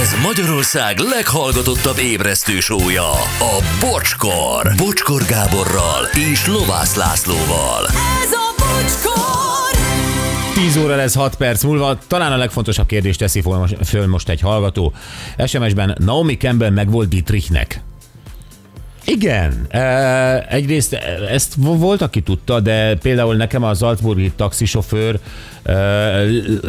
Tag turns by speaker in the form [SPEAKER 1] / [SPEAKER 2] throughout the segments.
[SPEAKER 1] Ez Magyarország leghallgatottabb ébresztő sója, a Bocskor. Bocskor Gáborral és Lovász Lászlóval.
[SPEAKER 2] Ez a bocskor!
[SPEAKER 3] 10 óra lesz 6 perc múlva. Talán a legfontosabb kérdést teszi föl most- föl most egy hallgató. SMS-ben Naomi Campbell meg volt Dietrichnek. Igen, e, egyrészt e, ezt vo- volt, aki tudta, de például nekem az Salzburgi taxisofőr e,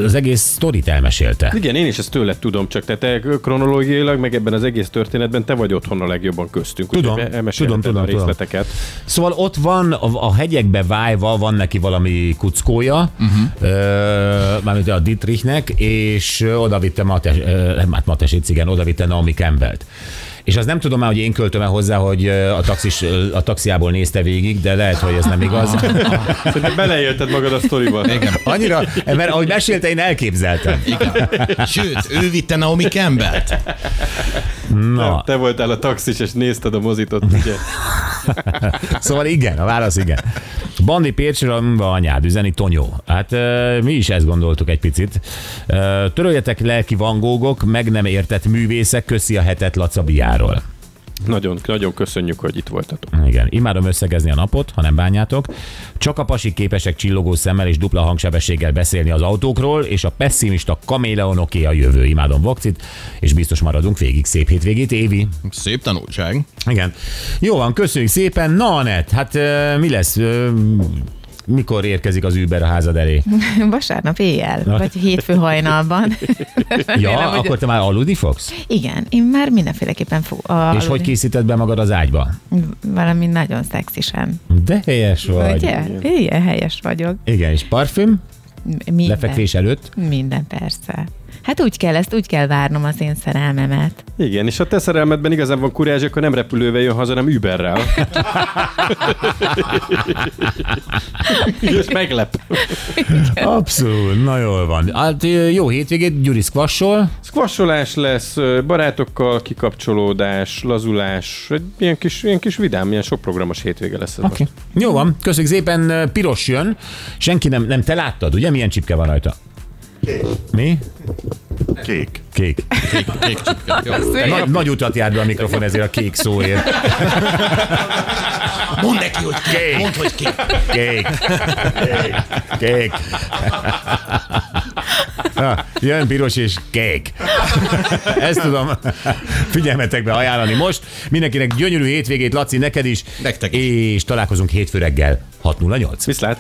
[SPEAKER 3] az egész sztorit elmesélte.
[SPEAKER 4] Igen, én is ezt tőled tudom, csak te, te kronológiailag, meg ebben az egész történetben te vagy otthon a legjobban köztünk.
[SPEAKER 3] Tudom,
[SPEAKER 4] úgyhogy elmesélheted
[SPEAKER 3] tudom,
[SPEAKER 4] a
[SPEAKER 3] tudom, tudom.
[SPEAKER 4] részleteket.
[SPEAKER 3] Szóval ott van, a, a hegyekbe vájva van neki valami kuckója, uh-huh. ö, mármint a Dietrichnek, és ö, oda vitte Mates, ö, nem, hát Mates itt, igen, oda vitte Naomi Campbellt. És az nem tudom már, hogy én költöm -e hozzá, hogy ö, a, taxis, ö, a taxiából nézte végig, de lehet, hogy ez nem igaz.
[SPEAKER 4] Szerintem beleélted magad a sztoriba.
[SPEAKER 5] Igen.
[SPEAKER 3] Annyira, mert ahogy mesélte, én elképzeltem.
[SPEAKER 5] Igen. Sőt, ő vitte Naomi Campbellt.
[SPEAKER 4] Te, te voltál a taxis, és nézted a mozit ott, ugye?
[SPEAKER 3] Szóval igen, a válasz igen. Bandi Pécsről mm, van anyád, üzeni Tonyó. Hát ö, mi is ezt gondoltuk egy picit. Ö, Töröljetek lelki vangógok, meg nem értett művészek, köszi a hetet Lacabiáról.
[SPEAKER 4] Nagyon, nagyon köszönjük, hogy itt voltatok.
[SPEAKER 3] Igen, imádom összegezni a napot, ha nem bánjátok. Csak a pasik képesek csillogó szemmel és dupla hangsebességgel beszélni az autókról, és a pessimista kaméleonoké a jövő. Imádom Vokcit, és biztos maradunk végig. Szép hétvégét, Évi!
[SPEAKER 5] Szép tanulság.
[SPEAKER 3] Igen. Jó van, köszönjük szépen. Na, Anett, hát ö, mi lesz? Ö, mikor érkezik az Uber a házad elé?
[SPEAKER 6] Vasárnap éjjel, vagy hétfő hajnalban.
[SPEAKER 3] ja,
[SPEAKER 6] hogy-
[SPEAKER 3] akkor te már aludni fogsz?
[SPEAKER 6] Igen, én már mindenféleképpen fog a,
[SPEAKER 3] És hogy készíted be magad az ágyba?
[SPEAKER 6] valami nagyon szexisen.
[SPEAKER 3] De helyes vagy.
[SPEAKER 6] Ugye? Igen, helyes vagyok.
[SPEAKER 3] Igen, és parfüm
[SPEAKER 6] M- Minden.
[SPEAKER 3] lefekvés előtt.
[SPEAKER 6] Minden, persze. Hát úgy kell, ezt úgy kell várnom az én szerelmemet.
[SPEAKER 4] Igen, és ha te szerelmedben igazán van kurázs, akkor nem repülővel jön haza, hanem Uberrel. és meglep.
[SPEAKER 3] Abszolút, na jól van. Hát ö, jó hétvégét, Gyuri Squassol.
[SPEAKER 4] Squasholás lesz, ö, barátokkal kikapcsolódás, lazulás, egy ilyen kis, ilyen kis vidám, ilyen sok programos hétvége lesz ez
[SPEAKER 3] Okay.
[SPEAKER 4] okay.
[SPEAKER 3] Jó van, köszönjük szépen, ö, piros jön. Senki nem, nem te láttad, ugye? Milyen csipke van rajta? Kék. Mi?
[SPEAKER 7] Kék.
[SPEAKER 3] Kék.
[SPEAKER 5] Kék csipke. Jó.
[SPEAKER 3] Nagy, nagy utat jár be a mikrofon ezért a kék szóért.
[SPEAKER 5] Mondd neki, hogy kék. Mondd, hogy kék.
[SPEAKER 3] Kék. Kék. Kék. Na, jön piros és kék. Ezt tudom figyelmetekbe ajánlani most. Mindenkinek gyönyörű hétvégét, Laci, neked is.
[SPEAKER 5] Nektek is.
[SPEAKER 3] És találkozunk hétfő reggel 6.08.
[SPEAKER 4] most. Viszlát!